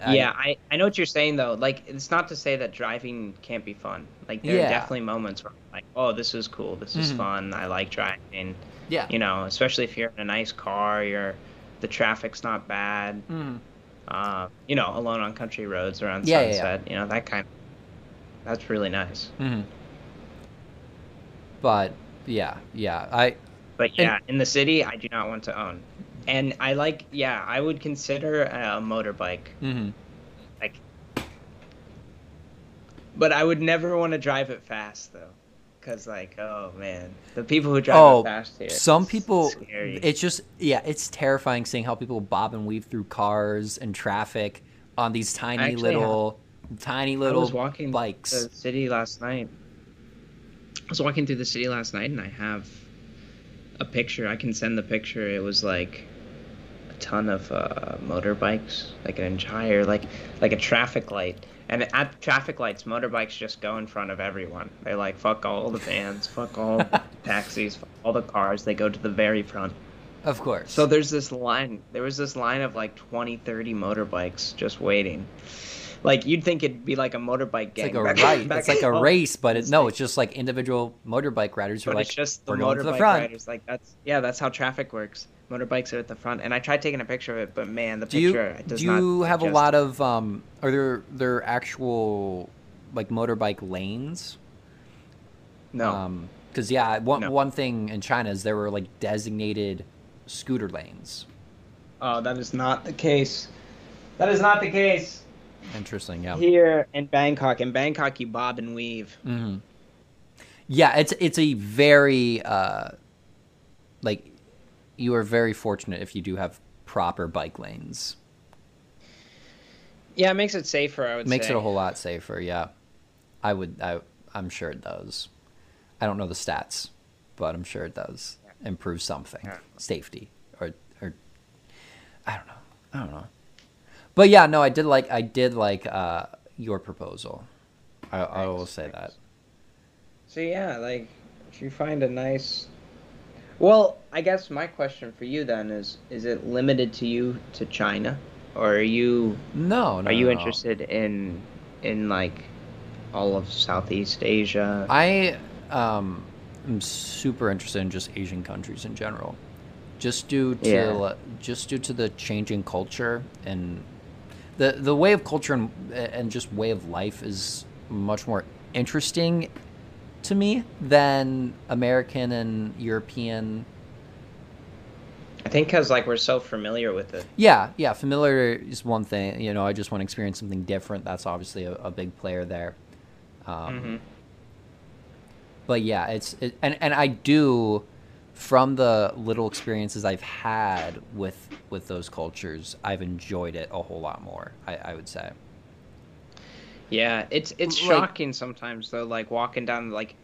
I, I, yeah, I, I know what you're saying though. Like it's not to say that driving can't be fun. Like there Yeah. are definitely moments where I'm like, oh, this is cool, this is Mhm. fun, I like driving. I, yeah. You know, especially if you're in a nice car, you're the traffic's not bad. Mhm. uh, you know, alone on country roads around Yeah, yeah, yeah. sunset. You know, that kind. that's really nice. Mhm. But, yeah, yeah. I. But yeah, in the city, I do not want to own. And I like, yeah, I would consider a motorbike, mhm. like, but I would never want to drive it fast though, because like, oh man, the people who drive Oh, it fast here. some it's people scary. it's just yeah it's terrifying seeing how people bob and weave through cars and traffic on these tiny Actually, little tiny I little was walking bikes the city last night. I was walking through the city last night, and I have a picture. I can send the picture. It was like a ton of uh, motorbikes, like an entire like like a traffic light. And at traffic lights, motorbikes just go in front of everyone. They like fuck all the vans, fuck all the taxis, fuck all the cars. They go to the very front. of course So there's this line. There was this line of like 20, 30 motorbikes just waiting. Like you'd think it'd be like a motorbike it's gang. like a back- right back it's like a home. race but it, It's no like- it's just like individual motorbike riders who are But like it's just the we're going to the motorbike front riders. Like that's yeah, that's how traffic works. Motorbikes are at the front, and I tried taking a picture of it, but man, the do you picture does do not you have a digest lot it. of um are there there actual like motorbike lanes no. Um 'cause because yeah one, No. one thing in china is there were like designated scooter lanes oh, that is not the case. That is not the case interesting yeah here in Bangkok. In Bangkok, you bob and weave. hmm Yeah, it's it's a very uh, like you are very fortunate if you do have proper bike lanes. Yeah, it makes it safer. I would Makes say. it a whole lot safer. Yeah. I would. I. I'm sure it does. I don't know the stats, but I'm sure it does improve something, safety or or I don't know. I don't know. But yeah, no, I did like I did like uh, your proposal. I, I will Thanks, say that. thanks. So yeah, like if you find a nice Well, I guess my question for you then is is it limited to you to China or are you No, no. are you no. interested in in like all of Southeast Asia? I um, am super interested in just Asian countries in general, just due to Yeah. just due to the changing culture and the the way of culture and, and just way of life is much more interesting to me than American and European. I think cuz like we're so familiar with it. Yeah, yeah, familiar is one thing. You know, I just want to experience something different. That's obviously a, a big player there. Um, Mhm. but yeah, it's it, and and I do from the little experiences I've had with with those cultures, I've enjoyed it a whole lot more. I, I would say. Yeah, it's it's Like- shocking sometimes though, like walking down like,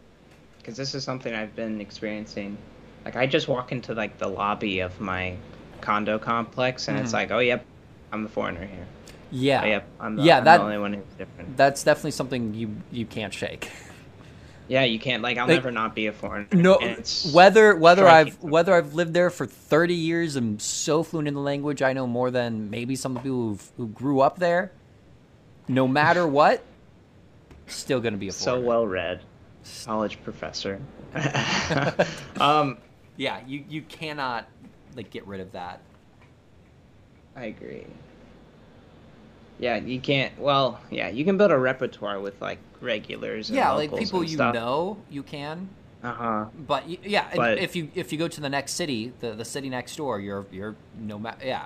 because this is something I've been experiencing. Like I just walk into like the lobby of my condo complex, and Mm-hmm. it's like, oh yep, I'm the foreigner here. Yeah. Oh yep, I'm the, Yeah, I'm that- the only one who's different. That's definitely something you you can't shake. Yeah, you can't like I'll Like- never not be a foreigner. No, and it's- whether whether striking. I've whether I've lived there for thirty years, I'm so fluent in the language. I know more than maybe some of the people who've, who grew up there. No matter what, still gonna be a so foreigner. well read, college professor. um, Yeah, you you cannot like get rid of that. I agree. Yeah, you can't. Well, yeah, you can build a repertoire with like regulars. And Yeah, like locals people and you stuff. know, you can. Uh huh. But y- yeah, and But- if you if you go to the next city, the the city next door, you're you're no matter yeah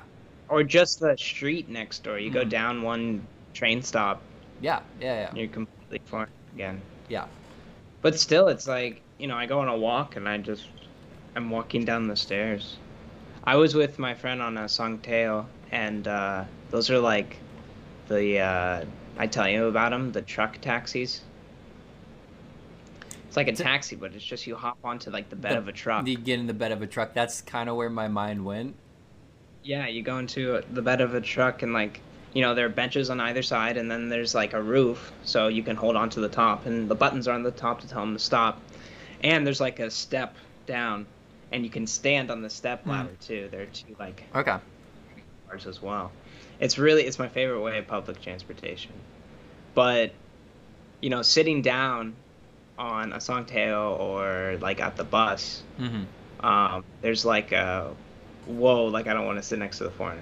Or just the street next door. You go Mhm. down one train stop, yeah yeah yeah you're completely foreign again. yeah. But still, it's like you know, I go on a walk and I just I'm walking down the stairs. I was with my friend on a songteo, and uh, those are like the uh, I tell you about them, the truck taxis. It's like a taxi, but it's just you hop onto like the bed The- of a truck. You get in the bed of a truck. That's kind of where my mind went. Yeah, you go into the bed of a truck and like you know there are benches on either side and then there's like a roof so you can hold on to the top and the buttons are on the top to tell them to stop and there's like a step down and you can stand on the step ladder too there are two like Okay. cars as well it's really it's my favorite way of public transportation but you know sitting down on a songtail or like at the bus Mm-hmm. um, there's like a whoa, like I don't want to sit next to the foreigner.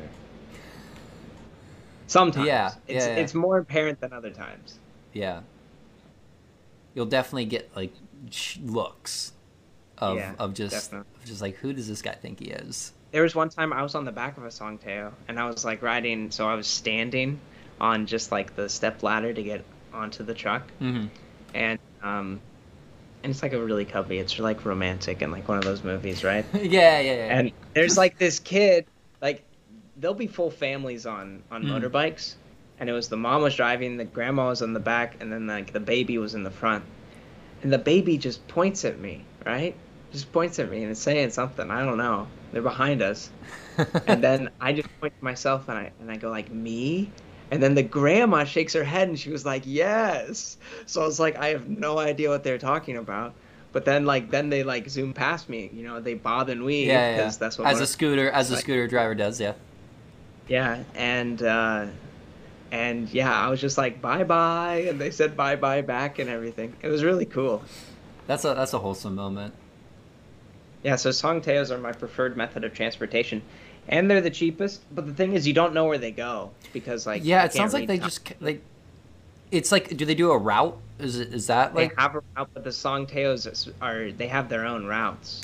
Sometimes, Yeah, it's yeah, yeah. it's more apparent than other times. Yeah. You'll definitely get like sh- looks of Yeah, of just definitely. of just like who does this guy think he is? There was one time I was on the back of a songtail and I was like riding, so I was standing on just like the step ladder to get onto the truck, Mm-hmm. and um, and it's like a really cubby. It's like romantic and like one of those movies, right? yeah yeah yeah. and there's like this kid like there'll be full families on on Mm. motorbikes and it was the mom was driving the grandma was on the back and then like the baby was in the front and the baby just points at me right just points at me and it's saying something i don't know they're behind us and then i just point to myself and i and i go like me and then the grandma shakes her head and she was like yes so i was like i have no idea what they're talking about but then like then they like zoom past me you know they bother me yeah, yeah, yeah. because that's what as one a of- scooter as a like- scooter driver does yeah. yeah, and uh, and yeah, I was just like bye bye, and they said bye bye back and everything. It was really cool. That's a that's a wholesome moment. Yeah, so songtails are my preferred method of transportation, and they're the cheapest. But the thing is, you don't know where they go because like yeah, you it sounds can't like they read time. just ca- like. It's like, do they do a route? Is it is that they like have a route, but the songtails is- are they have their own routes.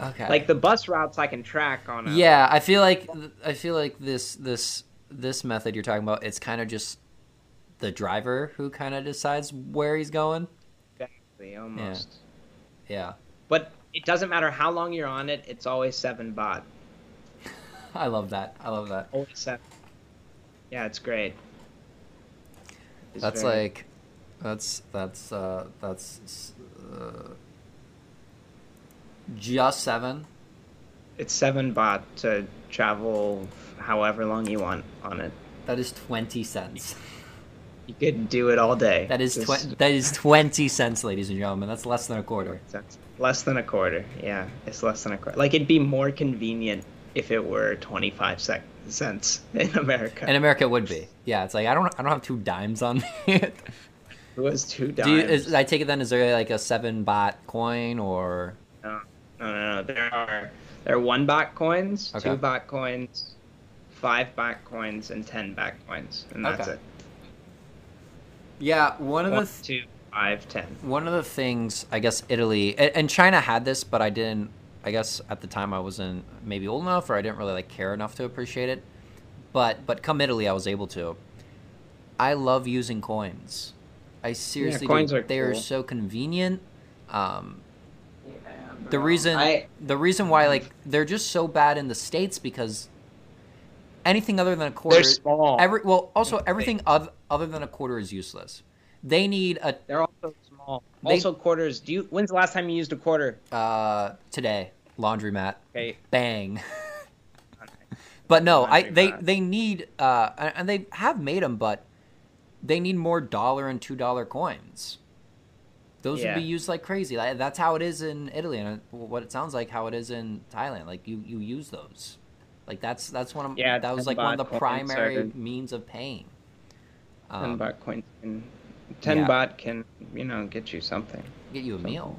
okay? Like the bus routes, I can track on. A, yeah, I feel like I feel like this this this method you're talking about. It's kind of just the driver who kind of decides where he's going. exactly, almost. Yeah, But it doesn't matter how long you're on it; it's always seven baht. I love that. I love that. Always seven. Yeah, it's great. It's That's very- like That's that's uh, that's uh, just seven. It's seven baht to travel however long you want on it. That is twenty cents. You could do it all day. That is Just- twen- that is twenty cents, ladies and gentlemen. That's less than a quarter. That's less than a quarter. Yeah, it's less than a quarter. Like it'd be more convenient if it were 25 sec- cents in America. In America, it would be. Yeah, it's like I don't I don't have two dimes on me. it was two dimes. Do you, is, I take it then? Is there like a seven baht coin or? no, no, no, no. There are there are one baht coins, Okay. two baht coins, five baht coins, and ten baht coins, and that's Okay. it. Yeah, one of the One, th- two, five, ten. one of the things I guess Italy and, and China had this, but I didn't. I guess at the time I wasn't maybe old enough, or I didn't really like care enough to appreciate it. But but come Italy, I was able to. I love using coins. I seriously coins do. are they are cool. so convenient. Um, the reason I- the reason why like they're just so bad in the states because anything other than a quarter They're small. every well also everything other, other than a quarter is useless. They need a They're also small. They- Also quarters. Do you? When's the last time you used a quarter? uh, today laundromat Okay. bang but no i they Laundromat. they need uh and and they have made them but they need more dollar and two dollar coins those Yeah. would be used like crazy Like, that's how it is in italy and uh, what it sounds like how it is in thailand like you you use those like that's that's one of Yeah, that was 10 like one of baht the coins primary are- means of paying Ten um, baht coins. Can, ten Yeah. baht can you know get you something. get you a meal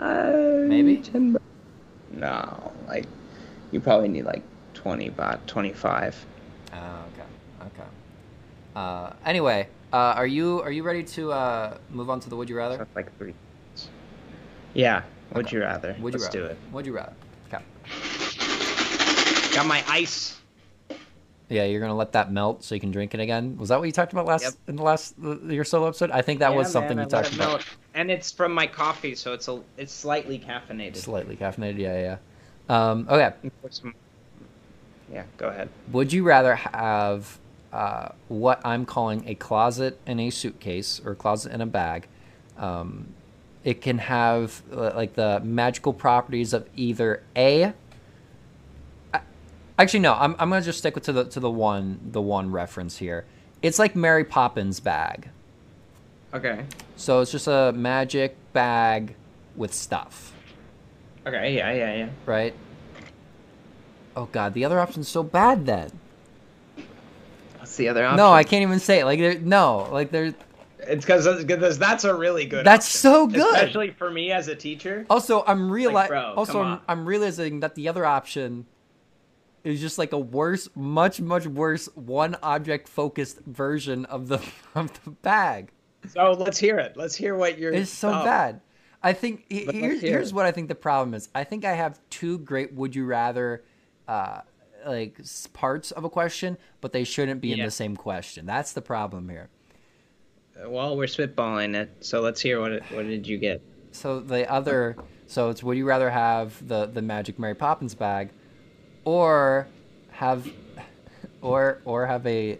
Uh, Maybe? ten. Baht. No, like you probably need like twenty baht, twenty-five. Oh, okay. Okay. Uh, anyway, uh, are you are you ready to uh, move on to the would you rather? That's like three. Yeah. Would you rather? Would Let's you rather? do it. Would you rather? Okay. Got my ice. Yeah, you're gonna let that melt so you can drink it again. Was that what you talked about last Yep. in the last your solo episode? I think that was something you talked about. And it's from my coffee, so it's a it's slightly caffeinated. Slightly caffeinated. Yeah, yeah. yeah. Um, okay. Pour some- Yeah. Go ahead. Would you rather have uh, what I'm calling a closet in a suitcase or closet in a bag? Um, it can have uh, like the magical properties of either a. I- Actually, no. I'm, I'm gonna just stick with to the to the one the one reference here. It's like Mary Poppins bag, Okay. so it's just a magic bag with stuff, Okay. Yeah. Yeah. Yeah. right? Oh God, the other option's so bad then. What's the other option? No, I can't even say it. Like there, no, like there. It's because that's a really good. That's option. so good. Especially for me as a teacher. Also, I'm realizing. bro, also, come I'm, on. I'm realizing that the other option is just like a worse, much much worse, one object focused version of the of the bag. So let's hear it. Let's hear what you're. It's so bad. I think he- Oh. But here's let's hear here's it. what I think the problem is. I think I have two great would you rather, uh, like s- parts of a question, but they shouldn't be in Yeah. the same question. That's the problem here. Well, we're spitballing it, so let's hear what it, what did you get? So the other, so it's would you rather have the the magic Mary Poppins bag, or have, or or have a,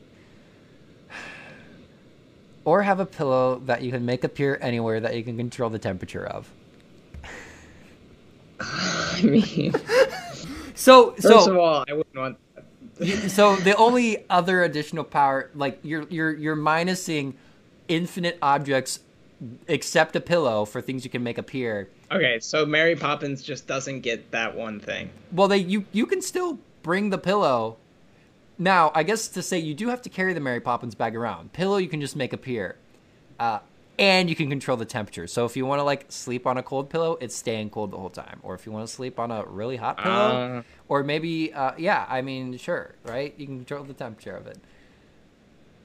or have a pillow that you can make appear anywhere that you can control the temperature of. I mean, So first so of all, I wouldn't want. That. you- so the only other additional power, like you're you're you're minusing infinite objects, except a pillow for things you can make appear. Okay, so Mary Poppins just doesn't get that one thing. Well, they you you can still bring the pillow. Now, I guess to say you do have to carry the Mary Poppins bag around. Pillow you can just make appear, uh, and you can control the temperature. So if you want to like sleep on a cold pillow, it's staying cold the whole time. Or if you want to sleep on a really hot pillow, Uh. or maybe uh, yeah, I mean sure, right? You can control the temperature of it.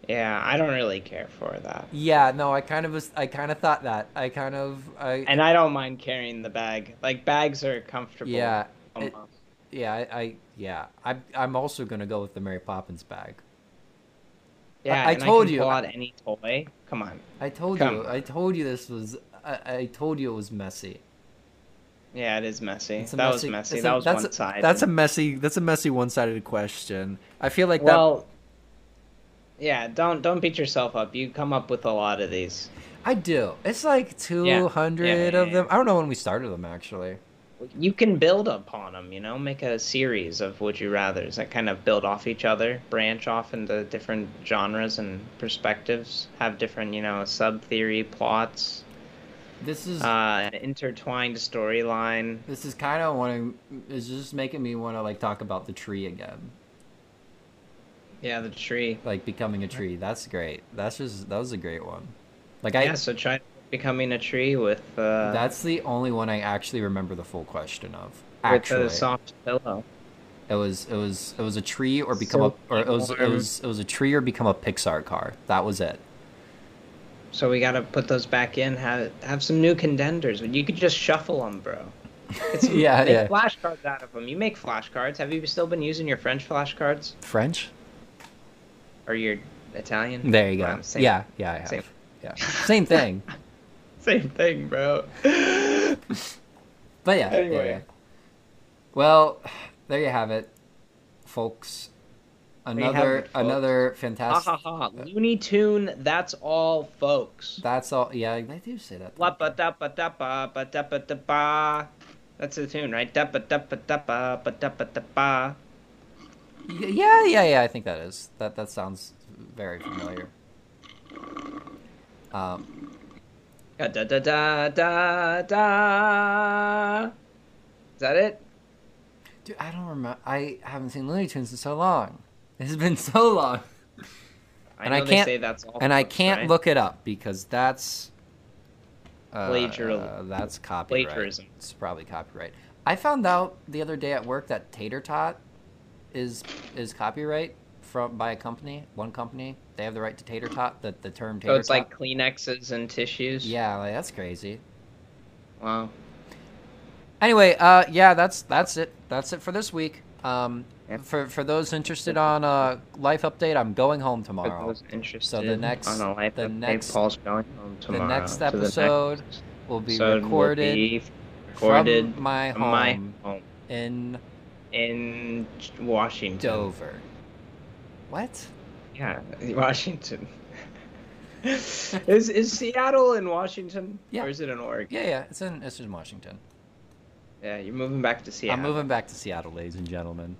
Yeah, I don't really care for that, Yeah, no, I kind of was, I kind of thought that. I kind of I and I don't mind carrying the bag. Like bags are comfortable. Yeah, Um, it- yeah I, I yeah I I'm also gonna go with the Mary Poppins bag. yeah. I- I and told can you, Pull I- out any toy. Come on. I told Come. you. I told you this was. I, I told you it was messy. Yeah, it is messy. It's a That was messy. it's That a- was that's one a, side. That's a messy. That's a messy one-sided question. I feel like well. yeah, don't don't beat yourself up. You come up with a lot of these. I do. It's like 200 yeah, of yeah. them. I don't know when we started them actually. You can build upon them, you know, make a series of would you rather's that kind of build off each other, branch off into different genres and perspectives, have different, you know, sub theory plots, This is uh, an intertwined storyline. this is kind of wanting is just making me want to like talk about the tree again. Yeah, the tree. Like becoming a tree. That's great. That's just that was a great one. Like I Yeah, so try becoming a tree with uh, that's the only one I actually remember the full question of. with Actually. a soft pillow. It was it was it was a tree or become Silk a or it was it worm. was it was a tree or become a Pixar car. That was it. So we gotta put those back in. Have have some new contenders. You could just shuffle them, bro. It's, Yeah, make yeah. flashcards out of them. You make flashcards. Have you still been using your French flashcards French. or your Italian? There you go. Wow, same, yeah, yeah, I have. same. Yeah, same thing. Same thing, bro. That's But yeah. yeah, Anyway. yeah. Well, there you have it, folks. you have Another it, folks. another ha fantastic. ha ha. Looney Tune. That's all, folks. That's all. Yeah, they do say that. La ba da ba da ba ba da ba da ba. That's the tune, right? Da ba da ba da ba ba da ba da ba. Y- Yeah, yeah, yeah. I think that is that. That sounds very familiar. Um, Da da da da da da. Is that it? dude, I don't remember. I haven't seen Looney Tunes in so long. It's been so long, I And know I they can't- say that's all and I folks, can't right? look it up because that's uh, Plagiarism. uh, that's copyright. Plagiarism. It's probably copyright. I found out the other day at work that Tater Tot is is copyright from by a company, one company. They have the right to Tater Tot. The the term Tater So Oh, it's Tot. like Kleenexes and tissues. yeah, like, that's crazy. Wow. anyway uh yeah that's that's it that's it for this week um for for those interested on uh life update i'm going home For tomorrow those interested So the next- on a life the update, next- Paul's going home tomorrow. next to the episode next we'll be episode will recorded be recorded from my from home my home in in Washington. dover what Yeah, Washington. is is Seattle in Washington? Yeah. Or is it in Oregon? yeah yeah it's in it's in washington Yeah, you're moving back to Seattle. i'm moving back to seattle ladies and gentlemen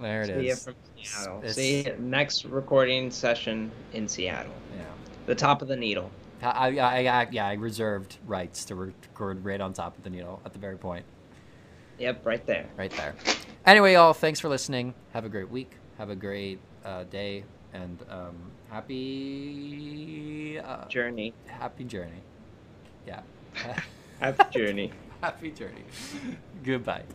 there it is. See ya from Seattle. It's- See ya next recording session in Seattle. yeah The top of the needle. I, I, I, yeah i reserved rights to record right on top of the needle at the very point Yep, right there. right there. Anyway, y'all, thanks for listening. Have a great week. Have a great uh, day, and um, happy uh, Journey. happy journey. Yeah, Happy journey. happy journey. Goodbye.